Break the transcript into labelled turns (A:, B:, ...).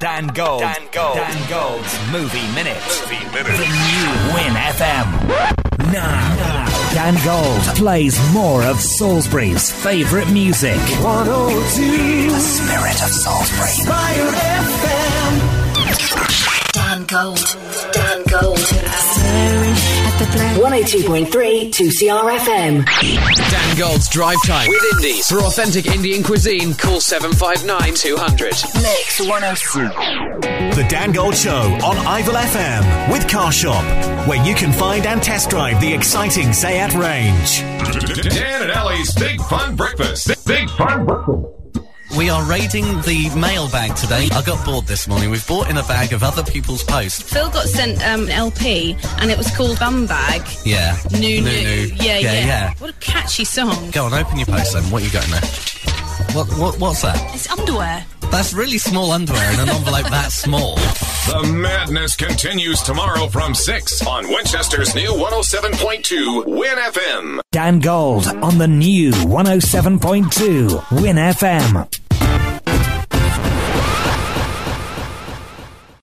A: Dan Gold. Dan Gold. Dan Gold's Movie Minute. Movie Minute. The new Win FM. Now, Dan Gold plays more of Salisbury's favourite music.
B: 102
A: The spirit of Salisbury.
B: Fire FM.
C: Dan Gold. Dan Gold.
D: 102.3 to CRFM.
E: Dan Gold's Drive Time with Indies. For authentic Indian cuisine, call 759 200.
C: Mix 106.
B: The Dan Gold Show on Ival FM with Car Shop, where you can find and test drive the exciting Zayat range.
F: Dan and Ellie's Big Fun Breakfast. Big Fun Breakfast.
G: We are raiding the mailbag today. I got bored this morning. We've brought in a bag of other people's posts.
H: Phil got sent um, an LP and it was called Bum Bag.
G: Yeah.
H: New, new. Yeah, yeah,
G: yeah.
H: What a catchy song.
G: Go on, open your post then. What you got in there? What, what, what's that?
H: It's underwear.
G: That's really small underwear in an envelope that small.
F: The madness continues tomorrow from 6 on Winchester's new 107.2 Win FM.
A: oh Dan Gold on the new 107.2 Win FM.